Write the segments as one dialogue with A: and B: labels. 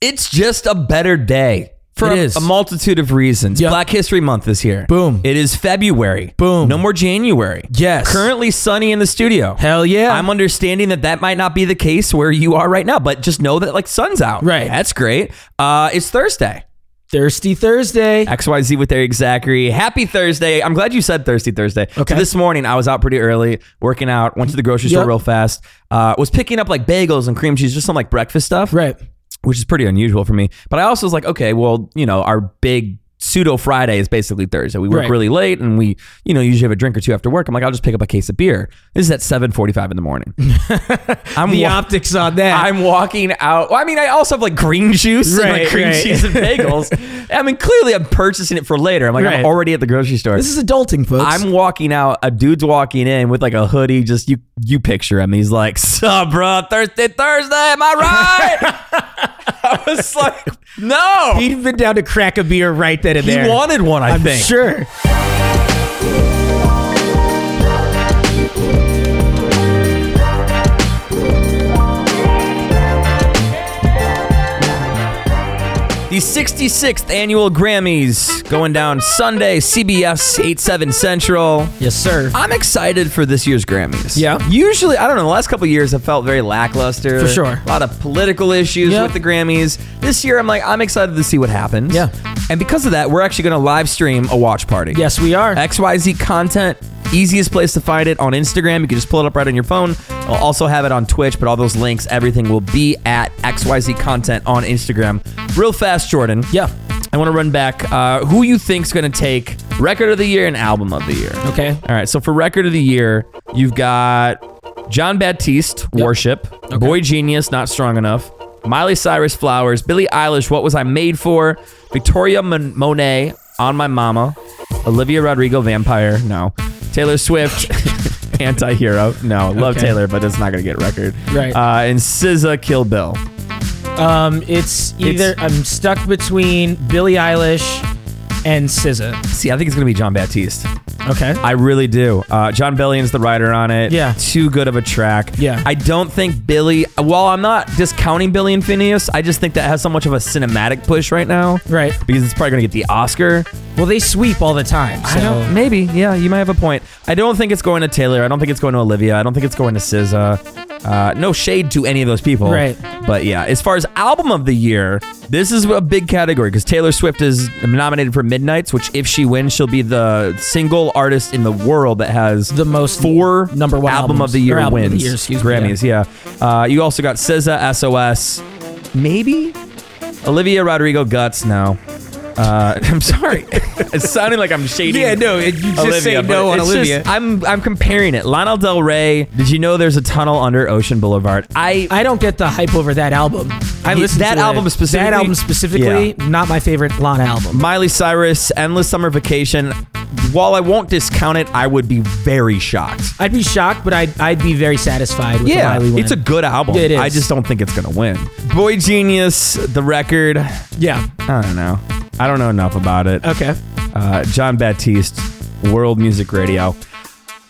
A: It's just a better day for
B: It
A: a,
B: is.
A: a multitude of reasons.
B: Yep.
A: Black History Month is here.
B: Boom.
A: It is February.
B: Boom.
A: No more January.
B: Yes.
A: Currently sunny in the studio.
B: Hell yeah.
A: I'm understanding that that might not be the case where you are right now, but just know that like sun's out.
B: Right.
A: That's great. Uh, it's Thursday.
B: Thirsty Thursday.
A: XYZ with Eric Zachary. Happy Thursday. I'm glad you said Thirsty Thursday.
B: Okay.
A: So this morning I was out pretty early, working out, went to the grocery
B: Yep.
A: store real fast, uh, was picking up like bagels and cream cheese, just some like breakfast stuff
B: Right.
A: which is pretty unusual for me. But I also was like, okay, well, you know, our big pseudo Friday is basically Thursday. We work
B: Right.
A: really late and we, you know, usually have a drink or two after work. I'm like, I'll just pick up a case of beer. This is at 7:45 in the morning. I'm
B: The
A: wa-
B: optics on that.
A: I'm walking out. Well, I mean, I also have like green juice and
B: Right,
A: like cream
B: right.
A: cheese and bagels. I mean, clearly I'm purchasing it for later. I'm like,
B: Right.
A: I'm already at the grocery store.
B: this is adulting, folks.
A: I'm walking out. A dude's walking in with like a hoodie. Just you, you picture him. He's like, "Sup, bro? Thursday, Thursday. Am I right?" I was like, "No." He,
B: He'd been down to crack a beer right then and there.
A: wanted one. I
B: I'm
A: think.
B: sure.
A: The 66th annual Grammys going down Sunday. CBS 8 7 Central.
B: Yes, sir.
A: I'm excited for this year's Grammys.
B: Yeah.
A: Usually, I don't know, the last couple of years have felt very lackluster.
B: For sure.
A: A lot of political issues
B: Yeah.
A: with the Grammys. This year, I'm like, I'm excited to see what happens.
B: Yeah.
A: And because of that, we're actually going to live stream a watch party.
B: yes, we are.
A: XYZ content, easiest place to find it on Instagram. You can just pull it up right on your phone. I'll also have it on Twitch, but all those links, everything will be at XYZ content on Instagram. Real fast, Jordan.
B: yeah.
A: I want to run back uh, who you think's going to take record of the year and album of the year.
B: Okay.
A: All right. So for record of the year, you've got John Baptiste, Worship, Boy Genius, Not Strong Enough, Miley Cyrus, Flowers, Billie Eilish, What Was I Made For, Victoria Mon- Monet, On My Mama, Olivia Rodrigo, Vampire, no, Taylor Swift. Anti-hero. No, love
B: Okay.
A: Taylor, but it's not gonna get record.
B: Right.
A: Uh, and SZA, Kill Bill.
B: Um, it's either
A: It's-
B: I'm stuck between Billie Eilish and SZA.
A: See, I think it's gonna be John Baptiste.
B: Okay.
A: I really do. Uh, John Billion's the writer on it.
B: Yeah.
A: Too good of a track.
B: Yeah.
A: I don't think Billy, while I'm not discounting Billy and Phineas, I just think that has so much of a cinematic push right now.
B: Right.
A: Because it's probably going to get the Oscar.
B: Well, they sweep all the time. So.
A: I don't, maybe. Yeah, you might have a point. I don't think it's going to Taylor. I don't think it's going to Olivia. I don't think it's going to SZA. Uh, no shade to any of those people.
B: Right.
A: But yeah, as far as album of the year, this is a big category because Taylor Swift is nominated for Midnights, which if she wins, she'll be the single artist in the world that has
B: The most
A: four
B: number one
A: album
B: albums-
A: of the year
B: or album
A: wins.
B: of the year, excuse me,
A: Grammys, yeah. Uh, you also got SZA, SOS, maybe Olivia Rodrigo, Guts. No. Uh, I'm sorry. it's sounding like I'm shading.
B: Yeah, no, it- you just say
A: but
B: no on
A: it's
B: Olivia.
A: just- I'm I'm comparing it. Lionel Del Rey. Did you know there's a tunnel under Ocean Boulevard? I
B: I don't get the hype over that album. I
A: Yeah,
B: listened
A: that
B: to it.
A: album specifically-
B: That album specifically, not my favorite Lana album.
A: Miley Cyrus, Endless Summer Vacation. While I won't discount it, I would be very shocked.
B: I'd be shocked, but I'd, I'd be very satisfied with
A: Yeah,
B: the Miley win.
A: it's a good album.
B: It is.
A: I just don't think it's gonna win. Boy Genius, the record. I
B: yeah.
A: don't know. I don't know enough about it.
B: Okay.
A: Uh, John Baptiste, World Music Radio.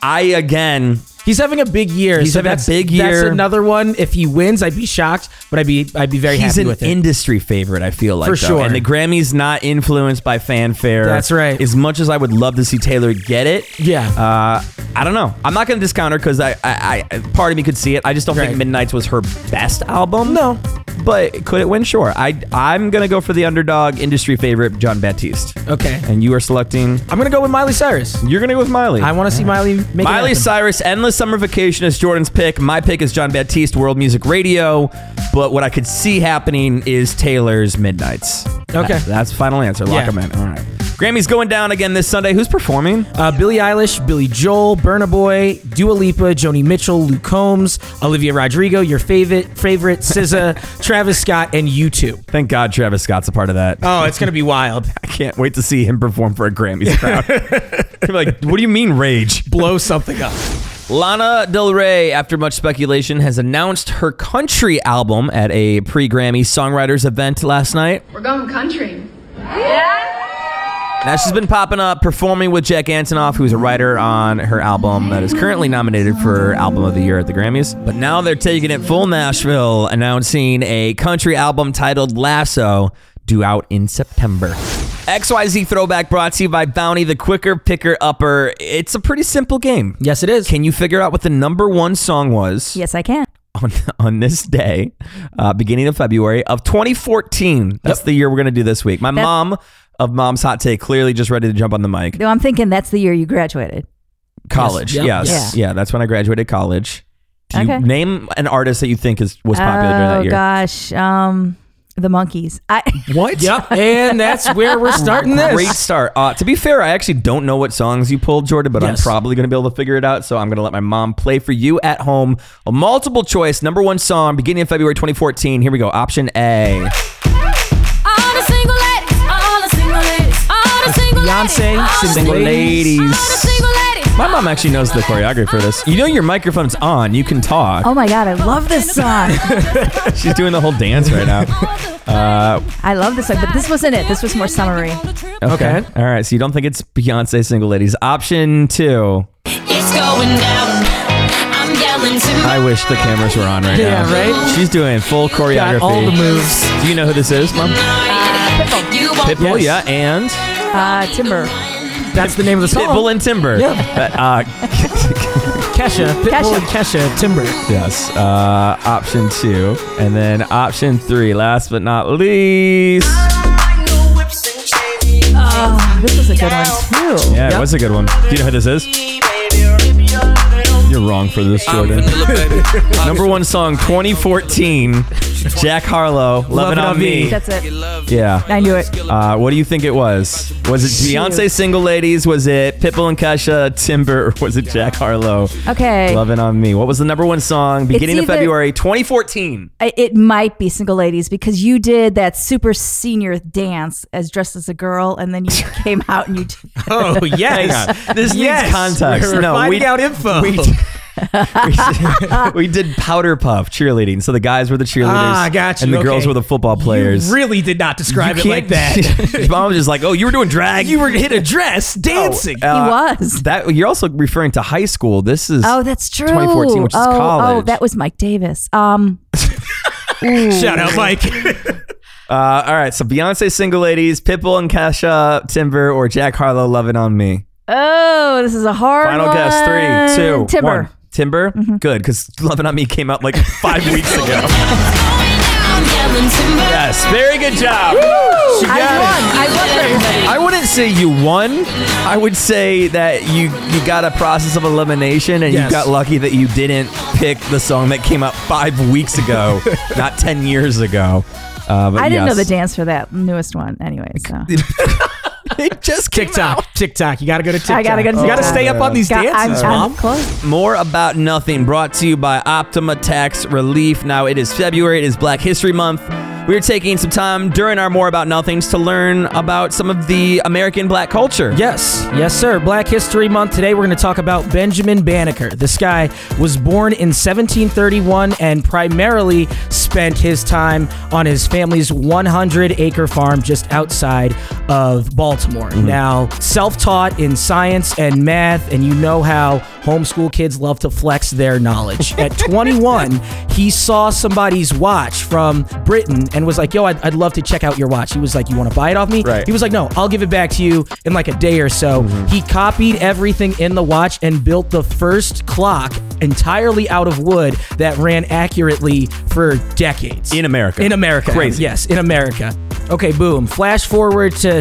A: I again,
B: He's having a big year.
A: He's
B: so
A: having a
B: that's-
A: big year.
B: That's another one. If he wins, I'd be shocked, but I'd be I'd be very
A: he's
B: happy
A: an
B: with it.
A: industry favorite. I feel like
B: For
A: though.
B: sure.
A: and the Grammys not influenced by fanfare.
B: That's right.
A: As much as I would love to see Taylor get it,
B: Yeah.
A: Uh, I don't know. I'm not gonna discount her because I, I, I, part of me could see it. I just don't
B: Right.
A: think Midnight's was her best album.
B: No.
A: But could it win? Sure. I I'm gonna go for the underdog industry favorite, John Baptiste.
B: okay.
A: And you are selecting.
B: I'm gonna go with Miley Cyrus.
A: You're gonna go with Miley.
B: I want to see Miley make it
A: Miley
B: happen.
A: Cyrus, Endless Summer Vacation is Jordan's pick. My pick is John Baptiste, World Music Radio. But what I could see happening is Taylor's Midnights.
B: Okay.
A: That- that's the final answer. Lock
B: Yeah.
A: them in. All right. Grammy's going down again this Sunday. Who's performing?
B: Uh, Billie Eilish, Billy Joel, Burna Boy, Dua Lipa, Joni Mitchell, Luke Combs, Olivia Rodrigo, your favorite, favorite, SZA, Travis Scott, and you two.
A: Thank God Travis Scott's a part of that.
B: Oh, it's gonna be wild.
A: I can't wait to see him perform for a Grammys crowd. They're like, what do you mean rage?
B: Blow something up.
A: Lana Del Rey, after much speculation, has announced her country album at a pre Grammy songwriters event last night.
C: We're going country. Yeah?
A: Now she's been popping up performing with Jack Antonoff, who's a writer on her album that is currently nominated for Album of the Year at the Grammys. But now they're taking it full Nashville, announcing a country album titled Lasso, due out in September. XYZ Throwback brought to you by Bounty, the quicker picker upper. It's a pretty simple game.
B: Yes, it is.
A: Can you figure out what the number one song was
C: Yes, I can.
A: on, on this day, uh, beginning of February of 2014? That's the year we're going to do this week. My
C: That-
A: mom of Mom's Hot Take clearly just ready to jump on the mic.
C: No, I'm thinking that's the year you graduated.
A: College,
B: Yep.
A: yes.
C: Yes.
A: Yeah. that's when I graduated college. Do you
C: Okay.
A: name an artist that you think is was popular during that
C: oh
A: year?
C: gosh, um, the monkeys. I
A: What?
B: Yep, and that's where we're starting this.
A: Great start. Uh, to be fair, I actually don't know what songs you pulled, Jordan, but I'm
B: Yes.
A: probably going to be able to figure it out. So I'm going to let my mom play for you at home a multiple choice number one song beginning of February 2014. Here we go. Option A.
D: All the single ladies, all the single ladies, all the single ladies.
B: Beyonce,
D: all the
B: Single Ladies.
D: All the single ladies.
A: My mom actually knows the choreography for this. You know your microphone's on. You can talk.
C: oh my god, I love this song.
A: She's doing the whole dance right now. Uh, Oh.
C: I love this song, but this wasn't it. This was more summary.
A: okay.
B: Okay.
A: All right. So you don't think it's Beyonce single ladies. Option two.
D: It's going down. I'm yelling to my
A: I wish the cameras were on right
B: Yeah,
A: now.
B: right?
A: She's doing full choreography.
B: Got all the moves.
A: Do you know who this is, Mom?
D: You won't
A: Pitbull,
B: Yes.
A: yeah, and
C: Uh, Timber,
B: That's the name of the song.
A: Pitbull and Timber.
B: Yeah.
A: But, uh,
B: Kesha, Pitbull
C: Kesha.
B: and Kesha, Timber.
A: yes. Uh, option two, and then option three. Last but not least.
C: Oh, this was a good one too.
A: Yeah,
B: Yep.
A: what's a good one? Do you know who this is? You're wrong for this, Jordan. Number one song, 2014. Jack Harlow, "Loving
B: Love It
A: on
B: On
A: Me."
B: Me.
C: That's it.
A: Yeah.
C: I knew it.
A: Uh, what do you think it was? Was it Beyonce "Single Ladies"? Was it Pitbull and Kesha "Timber"? Or was it Jack Harlow?
C: Okay,
A: Loving on me. What was the number one song beginning of
C: either-
A: February 2014?
C: I- it might be single ladies because you did that super senior dance as dressed as a girl, and then you came out and you. Did,
B: Oh, yes.
A: Hang on. This needs
B: Yes.
A: context.
B: We're
A: no,
B: finding
A: we,
B: out info.
A: We, did, we did powder puff cheerleading. So the guys were the cheerleaders.
B: Ah, gotcha.
A: And the
B: Okay.
A: girls were the football players.
B: You really did not describe it
A: can't-
B: like that.
A: His Mom was just like, oh, you were doing drag.
B: you were hit a dress dancing.
A: Uh,
C: he was.
A: that you're also referring to high school. This is
C: Oh, that's true.
A: 2014, which is
C: oh, Oh,
A: college.
C: that was Mike Davis. Um, ooh.
B: Shout out, Mike.
A: uh, all right. So Beyonce, single ladies, Pitbull and Kesha, Timber, or Jack Harlow, loving on me.
C: Oh, this is a hard
A: Final
C: one.
A: guess. Three, two,
C: Timber. Mm-hmm.
A: one. Timber. Good, because Loving on Me came out like five weeks ago.
D: I'm yelling to my
A: Yes, very good job. She
C: I
A: got it.
C: won. I won for everybody.
A: I wouldn't say you won. I would say that you you got a process of elimination, and you
B: Yes.
A: got lucky that you didn't pick the song that came out five weeks ago, not ten years ago. Uh, but
C: I didn't know
A: yes.
C: the dance for that newest one. Anyway, so
A: It just came out.
B: TikTok, TikTok. You got to go to TikTok.
C: I gotta go to
B: You got to
C: TikTok.
B: stay up on these
C: God,
B: dances,
C: I'm,
B: Mom.
C: I'm close.
A: More about nothing brought to you by Optima Tax Relief. Now it is February, it is Black History Month. We are taking some time during our More About Nothings to learn about some of the American black culture.
B: Yes, yes, sir. Black History Month. Today we're going to talk about Benjamin Banneker. This guy was born in 1731 and primarily spent his time on his family's 100 acre farm just outside of Baltimore. Now, self taught in science and math, and you know how homeschool kids love to flex their knowledge. At 21, he saw somebody's watch from Britain and was like, Yo, I'd, I'd love to check out your watch. He was like, You want to buy it off me?
A: Right. Mm-hmm.
B: He was like, no, I'll give it back to you in like a day or so. He copied everything in the watch and built the first clock entirely out of wood that ran accurately for decades.
A: In America.
B: In America.
A: Crazy.
B: Yes, in America. Okay, boom. Flash forward to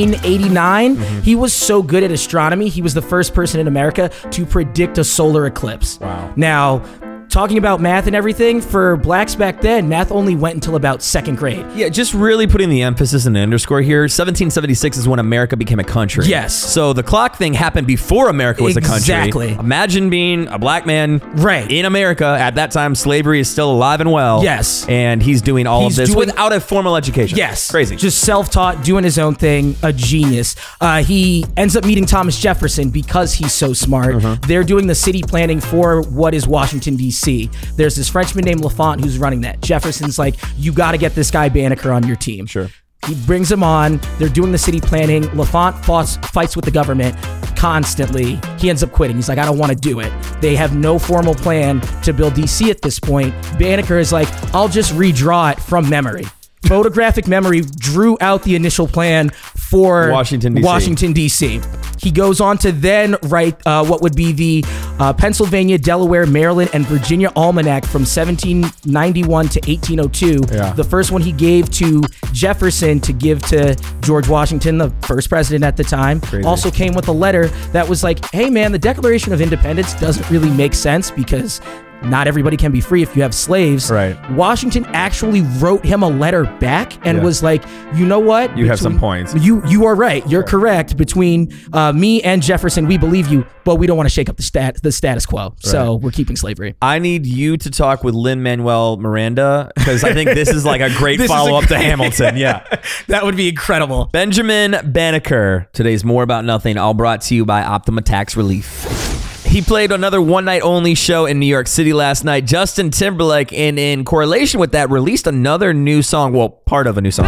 B: 1789.
A: Mm-hmm.
B: He was so good at astronomy, he was the first person in America to predict a solar eclipse.
A: Wow.
B: Now, talking about math and everything, for blacks back then, math only went until about second grade.
A: Yeah, just really putting the emphasis and the underscore here. 1776 is when America became a country.
B: Yes.
A: So the clock thing happened before America was a country.
B: Exactly.
A: Imagine being a black man
B: Right.
A: in America at that time. Slavery is still alive and well.
B: Yes.
A: And he's doing all
B: He's
A: of this
B: doing-
A: without a formal education.
B: Yes.
A: Crazy.
B: Just self taught, doing his own thing, a genius. Uh, he ends up meeting Thomas Jefferson because he's so smart.
A: Uh-huh.
B: They're doing the city planning for what is Washington, D.C. There's this Frenchman named LaFont who's running that. Jefferson's like, you got to get this guy Banneker on your team.
A: Sure.
B: He brings them on. They're doing the city planning. Lafont fights, fights with the government constantly. He ends up quitting. He's like, I don't want to do it. They have no formal plan to build DC at this point. Banneker is like, I'll just redraw it from memory. Photographic memory drew out the initial plan for
A: Washington, D.C..
B: Washington, D.C. He goes on to then write uh, what would be the uh, Pennsylvania, Delaware, Maryland, and Virginia Almanac from 1791 to 1802.
A: Yeah.
B: The first one he gave to Jefferson to give to George Washington, the first president at the time. Also came with a letter that was like, hey man, the Declaration of Independence doesn't really make sense because not everybody can be free if you have slaves.
A: Right.
B: Washington actually wrote him a letter back and
A: Yeah.
B: was like, you know what?
A: You have some points.
B: You you are right. You're correct. Between uh, me and Jefferson, we believe you, but we don't want to shake up the stat the status quo. So we're keeping slavery.
A: I need you to talk with Lin Manuel Miranda because I think this is like a great
B: This is a
A: follow up to
B: great-
A: Hamilton. Yeah.
B: That would be incredible.
A: Benjamin Banneker. Today's More About Nothing, all brought to you by Optima Tax Relief. He played another one night only show in New York City last night. Justin Timberlake, and in correlation with that, released another new song. Well, part of a new song.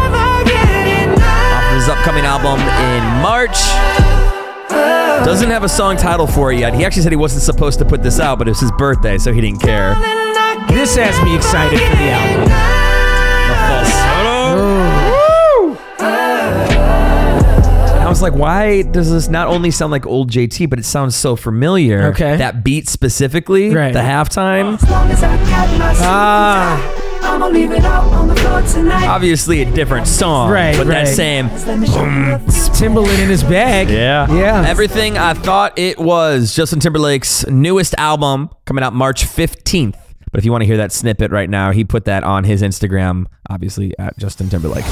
A: Off of his upcoming album in March. Doesn't have a song title for it yet. He actually said he wasn't supposed to put this out, but it was his birthday, so he didn't care.
B: This has me excited for the album.
A: I was like, why does this not only sound like old JT, but it sounds so familiar?
B: Okay.
A: That beat specifically,
B: Right.
A: the halftime.
B: Ah,
E: I'ma leave it out on the floor tonight.
A: Obviously a different song,
B: Right,
A: but
B: right.
A: that same.
E: Let me show you a few
B: Timberland in his bag. Yeah.
A: Everything I thought it was Justin Timberlake's newest album coming out March 15th. But if you want to hear that snippet right now, he put that on his Instagram, obviously at Justin Timberlake.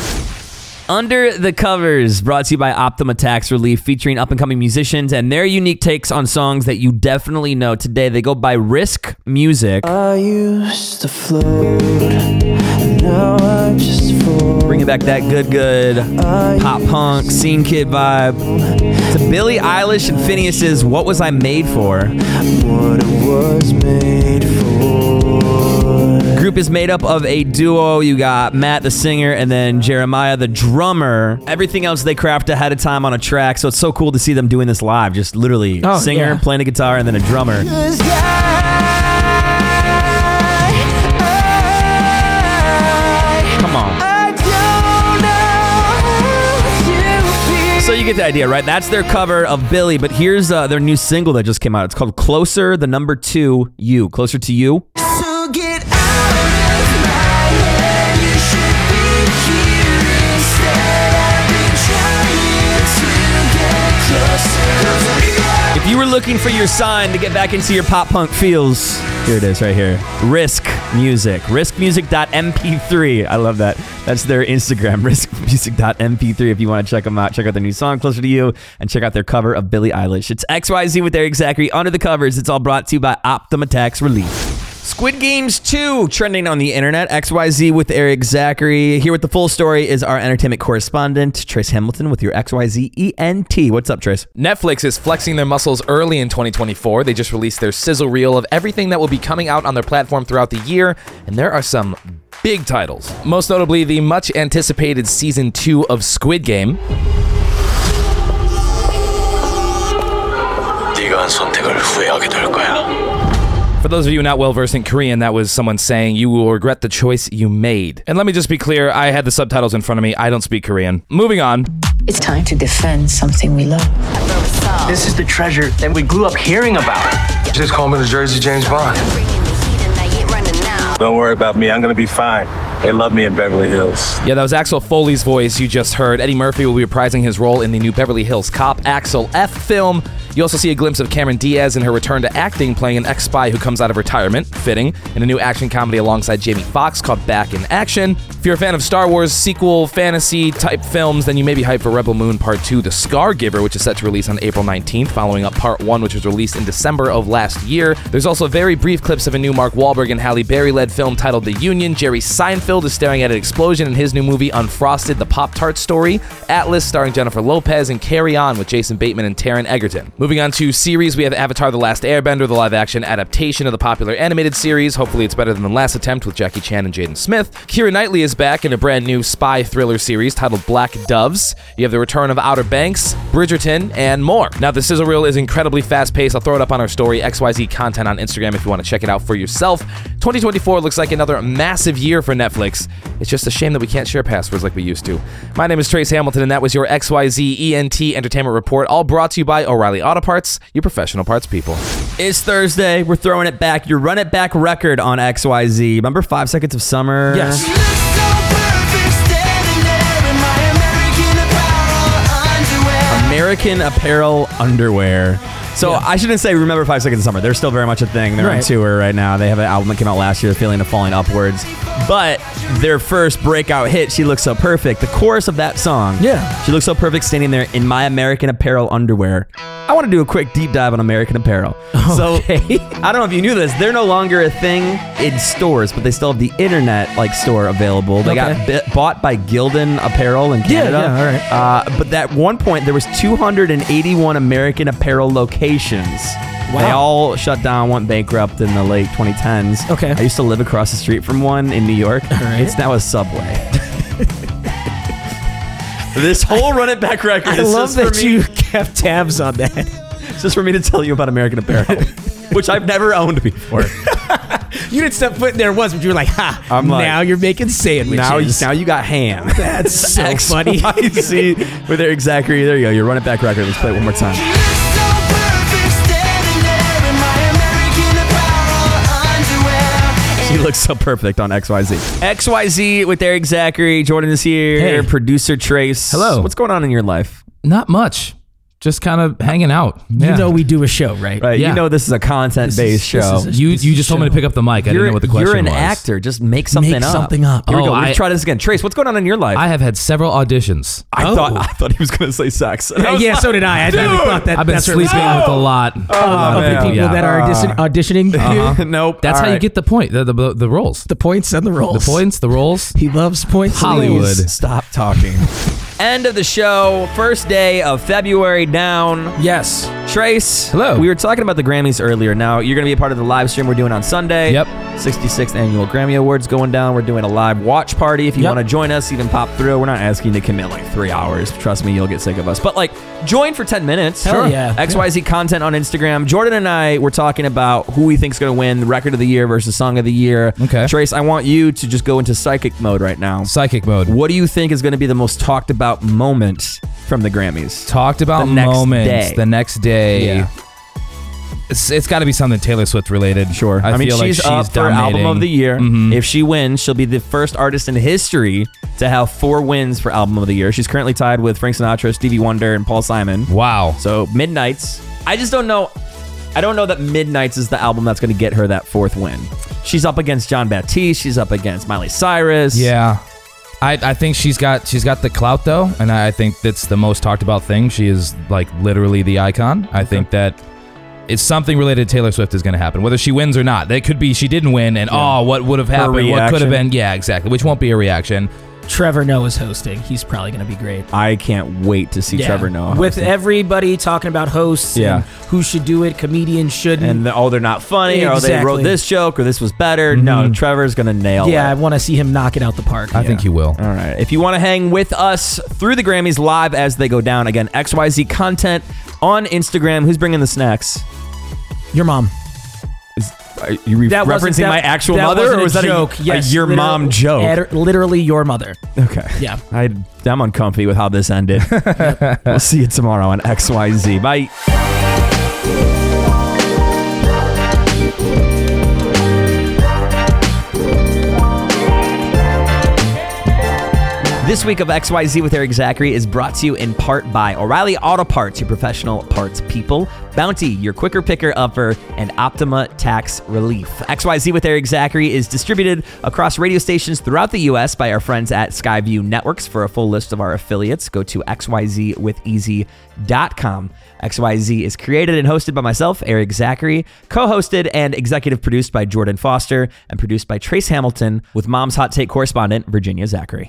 A: Under the Covers, brought to you by Optima Tax Relief, featuring up and coming musicians and their unique takes on songs that you definitely know today. They go by Risk Music.
F: I used to float, now I just fall.
A: bringing back that good, good pop punk, scene kid vibe. To Billie Eilish and Phineas's "What Was I Made For."
F: What it was made for.
A: Group is made up of a duo. You got Matt the singer and then Jeremiah the drummer. Everything else they craft ahead of time on a track, so it's so cool to see them doing this live. Just literally
B: Oh,
A: singer
B: yeah.
A: playing a guitar and then a drummer. Come on. So you get the idea, right? That's their cover of Billy, but here's uh, their new single that just came out. It's called "Closer," the number two you, closer to you.
F: So get out of my head. You should be here instead. I've been trying to get closer. 'Cause we are
A: If you were looking for your sign to get back into your pop punk feels, here it is right here. Risk Music. Riskmusic.mp3. I love that. That's their Instagram, riskmusic.mp3. If you want to check them out, check out their new song, Closer to You, and check out their cover of Billie Eilish. It's XYZ with Eric Zachary under the covers. It's all brought to you by Optima Tax Relief. Squid Games 2 trending on the internet. XYZ with Eric Zachary. Here with the full story is our entertainment correspondent, Trace Hamilton, with your XYZ ENT. E What's up, Trace?
G: Netflix is flexing their muscles early in 2024. They just released their sizzle reel of everything that will be coming out on their platform throughout the year, and there are some big titles. Most notably, the much anticipated season 2 of Squid Game.
H: 네가 한 선택을 후회하게 될 거야.
G: For those of you not well versed in Korean, that was someone saying, You will regret the choice you made. And let me just be clear I had the subtitles in front of me. I don't speak Korean. Moving on.
I: It's time to defend something we love.
J: This is the treasure that we grew up hearing about. Just call me the Jersey James Bond.
K: Don't worry about me. I'm going to be fine. They love me in Beverly Hills.
G: Yeah, that was Axel Foley's voice you just heard. Eddie Murphy will be reprising his role in the new Beverly Hills Cop Axel F film. You also see a glimpse of Cameron Diaz in her return to acting, playing an ex spy who comes out of retirement, fitting, in a new action comedy alongside Jamie Foxx called Back in Action. If you're a fan of Star Wars sequel, fantasy type films, then you may be hyped for Rebel Moon Part 2, The Scar Giver, which is set to release on April 19th, following up Part 1, which was released in December of last year. There's also very brief clips of a new Mark Wahlberg and Halle Berry led film titled The Union. Jerry Seinfeld is staring at an explosion in his new movie Unfrosted, the Pop Tart story. Atlas, starring Jennifer Lopez, and Carry On with Jason Bateman and Taryn Egerton. Moving Moving on to series, we have Avatar: The Last Airbender, the live-action adaptation of the popular animated series. Hopefully, it's better than the last attempt with Jackie Chan and Jaden Smith. Kira Knightley is back in a brand new spy thriller series titled Black Doves. You have the return of Outer Banks, Bridgerton, and more. Now, the sizzle reel is incredibly fast-paced. I'll throw it up on our story XYZ content on Instagram if you want to check it out for yourself. 2024 looks like another massive year for Netflix. It's just a shame that we can't share passwords like we used to. My name is Trace Hamilton, and that was your XYZ ENT E Entertainment Report, all brought to you by O'Reilly Auto Parts, your professional parts people.
A: It's Thursday. We're throwing it back. Your run it back record on XYZ. Remember Five Seconds of Summer?
F: Yes.
A: American Apparel underwear. So I shouldn't say remember Five Seconds of Summer. They're still very much a thing. They're on
G: Right.
A: tour right now. They have an album that came out last year, Feeling of Falling Upwards. But their first breakout hit, She Looks So Perfect, the chorus of that song. Yeah. She looks so perfect standing there in my American Apparel underwear. I want to do a quick deep dive on American Apparel. So I don't know if you knew this. They're no longer a thing in stores, but they still have the internet like store available. They
B: Okay.
A: got bit, bought by Gildan Apparel in
B: Yeah,
A: Canada.
B: yeah, all right.
A: Uh, but at one point, there was 281 American Apparel locations. They
B: Wow.
A: all shut down, went bankrupt in the late 2010s. Okay. I used to live across the street from one in New York. It's now a Subway. this whole Run It Back record
B: I
A: is
B: love
A: just for
B: that
A: me-
B: you kept tabs on that.
A: It's just for me to tell you about American Apparel, which I've never owned before.
B: You didn't step foot in there once, but you were like, "Ha!"
A: I'm like,
B: now you're making sandwiches.
A: Now, you- now you got ham.
B: That's so
A: X,
B: funny.
A: Y, Z, with their exactly. There you go. Your Run It Back record. Let's play it one more time. She looks so perfect on XYZ. XYZ with Eric Zachary. Jordan is here. Producer Trace. Hello. What's going on in your life?
L: Not much. Just kind of hanging out.
B: You know we do a show, right?
A: Right. Uh, You know this is a content based show.
L: you you just told me to pick up the mic. I didn't
A: You're-
L: know what the question was.
A: You're an actor. Just make something up. Here we go. We've tried this again. Trace, what's going on in your life?
L: Oh, I Oh. have had several auditions.
A: I thought I thought he was going to say sex. And
B: Yeah,
A: was
B: Uh, yeah, so did I. I
A: dude,
B: totally thought that-
L: I've been
B: that's what it was.
L: sleeping with a lot
B: Oh, of the
L: man.
B: people that are audition- auditioning.
L: Uh-huh.
A: nope.
L: That's
B: All
L: how you
B: right.
L: get the point. The, the, the, the roles.
B: The points and the roles.
L: The points, the roles.
B: He loves points. and
L: Hollywood.
B: roles.
A: Stop talking. End of the show. First day of February down.
L: Yes.
A: Trace. Hello. We were talking about the Grammys earlier. Now, you're going to be a part of the live stream we're doing on Sunday. Yep. 66th annual Grammy Awards going down. We're doing a live watch party. If you want to join us, even pop through. We're not asking you to commit like three hours. Trust me, you'll get sick of us. But like, join for 10 minutes.
B: Hell Sure. yeah.
A: XYZ content on Instagram. Jordan and I were talking about who we think's going to win the record of the year versus song of the year. Okay. Trace, I want you to just go into psychic mode right now.
L: Psychic mode.
A: What do you think is going to be the most talked about moment from the Grammys?
L: Talked about
A: The next
L: moments
A: day.
L: the next day.
A: Yeah.
L: It's, it's got to be something Taylor Swift related. Sure. I,
A: I, mean,
L: feel
A: she's,
L: like she's
A: up for album of the
L: dominating. Mm-hmm.
A: year. If she wins, she'll be the first artist in history to have four wins for album of the year. She's currently tied with Frank Sinatra, Stevie Wonder, and Paul Simon.
L: Wow.
A: So Midnight's. I just don't know. I don't know that Midnight's is the album that's going to get her that fourth win. She's up against John Baptiste. She's up against Miley Cyrus.
L: Yeah. I, I think she's got she's got the clout though, and I I think that's the most talked about thing. She is like literally the icon. I think that it's something related to Taylor Swift is going to happen, whether she wins or not. That could be she didn't win, and oh, what would have happened? What could
B: reaction.
L: have been? Yeah, exactly. Which won't be a reaction.
B: Trevor Noah's hosting. He's probably going to be great.
A: I can't wait to see
B: Yeah.
A: Trevor Noah
B: With
A: hosting.
B: everybody talking about hosts
A: Yeah.
B: and who should do it, comedians shouldn't.
A: and the, oh, they're not funny, or oh, they wrote
B: Exactly. Mm-hmm.
A: this joke, or this was better. No, Trevor's gonna nail it.
B: yeah, I want to see him knock it out the park.
L: I think he will.
A: All right. If you want to hang with us through the Grammys live as they go down, again, XYZ content on Instagram. Who's bringing the snacks?
B: Your mom.
A: Is, are you re-
B: That wasn't-
A: referencing
B: that-
A: my actual
B: that
A: mother,
B: wasn't
A: or was
B: a
A: that
B: joke?
A: a,
B: yes,
A: a your
B: literally-
A: mom joke?
B: ed- literally your mother.
A: Okay.
B: Yeah.
A: I, I'm uncomfy with how this ended. we'll see you tomorrow on XYZ. Bye. This week of XYZ with Eric Zachary is brought to you in part by O'Reilly Auto Parts, your professional parts people, Bounty, your quicker picker upper, and Optima Tax Relief. XYZ with Eric Zachary is distributed across radio stations throughout the U.S. by our friends at Skyview Networks. For a full list of our affiliates, go to E xyzwitheasy.com. XYZ is created and hosted by myself, Eric Zachary, co hosted and executive produced by Jordan Foster, and produced by Trace Hamilton with Mom's Hot Take correspondent, Virginia Zachary.